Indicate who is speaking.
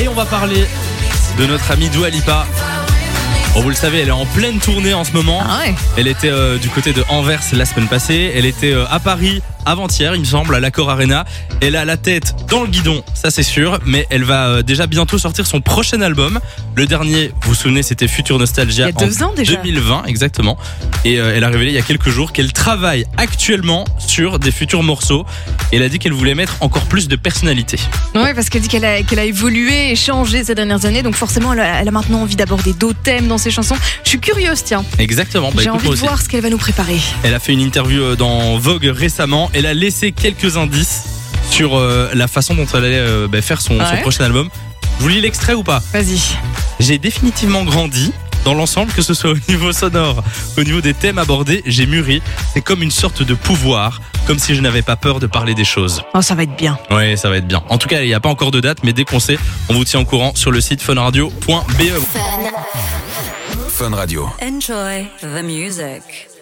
Speaker 1: et on va parler de notre amie Dua Lipa. Oh, vous le savez, elle est en pleine tournée en ce moment.
Speaker 2: Ah ouais.
Speaker 1: Elle était euh, du côté de Anvers la semaine passée. Elle était euh, à Paris avant-hier, il me semble, à l'Accor Arena. Elle a la tête dans le guidon, ça c'est sûr. Mais elle va euh, déjà bientôt sortir son prochain album. Le dernier, vous vous souvenez, c'était Future Nostalgia.
Speaker 2: Il y a deux
Speaker 1: en
Speaker 2: ans déjà.
Speaker 1: 2020, exactement. Et euh, elle a révélé il y a quelques jours qu'elle travaille actuellement sur des futurs morceaux. Et elle a dit qu'elle voulait mettre encore plus de personnalité.
Speaker 2: Ouais, parce qu'elle dit qu'elle a, qu'elle a évolué et changé ces dernières années, donc forcément elle a, elle a maintenant envie d'aborder d'autres thèmes dans ses chansons. Je suis curieuse, tiens.
Speaker 1: Exactement. Bah,
Speaker 2: J'ai
Speaker 1: écoute,
Speaker 2: envie
Speaker 1: moi
Speaker 2: de
Speaker 1: aussi.
Speaker 2: voir ce qu'elle va nous préparer.
Speaker 1: Elle a fait une interview euh, dans Vogue récemment. Elle a laissé quelques indices sur euh, la façon dont elle allait euh, bah, faire son, son
Speaker 2: Ouais.
Speaker 1: prochain album. Je vous lis l'extrait ou pas
Speaker 2: Vas-y.
Speaker 1: J'ai définitivement grandi. Dans l'ensemble, que ce soit au niveau sonore, au niveau des thèmes abordés, j'ai mûri. C'est comme une sorte de pouvoir, comme si je n'avais pas peur de parler des choses.
Speaker 2: Oh, ça va être bien.
Speaker 1: Ouais, ça va être bien. En tout cas, il n'y a pas encore de date, mais dès qu'on sait, on vous tient au courant sur le site E. funradio.be.
Speaker 3: Fun Radio.
Speaker 4: Enjoy the music.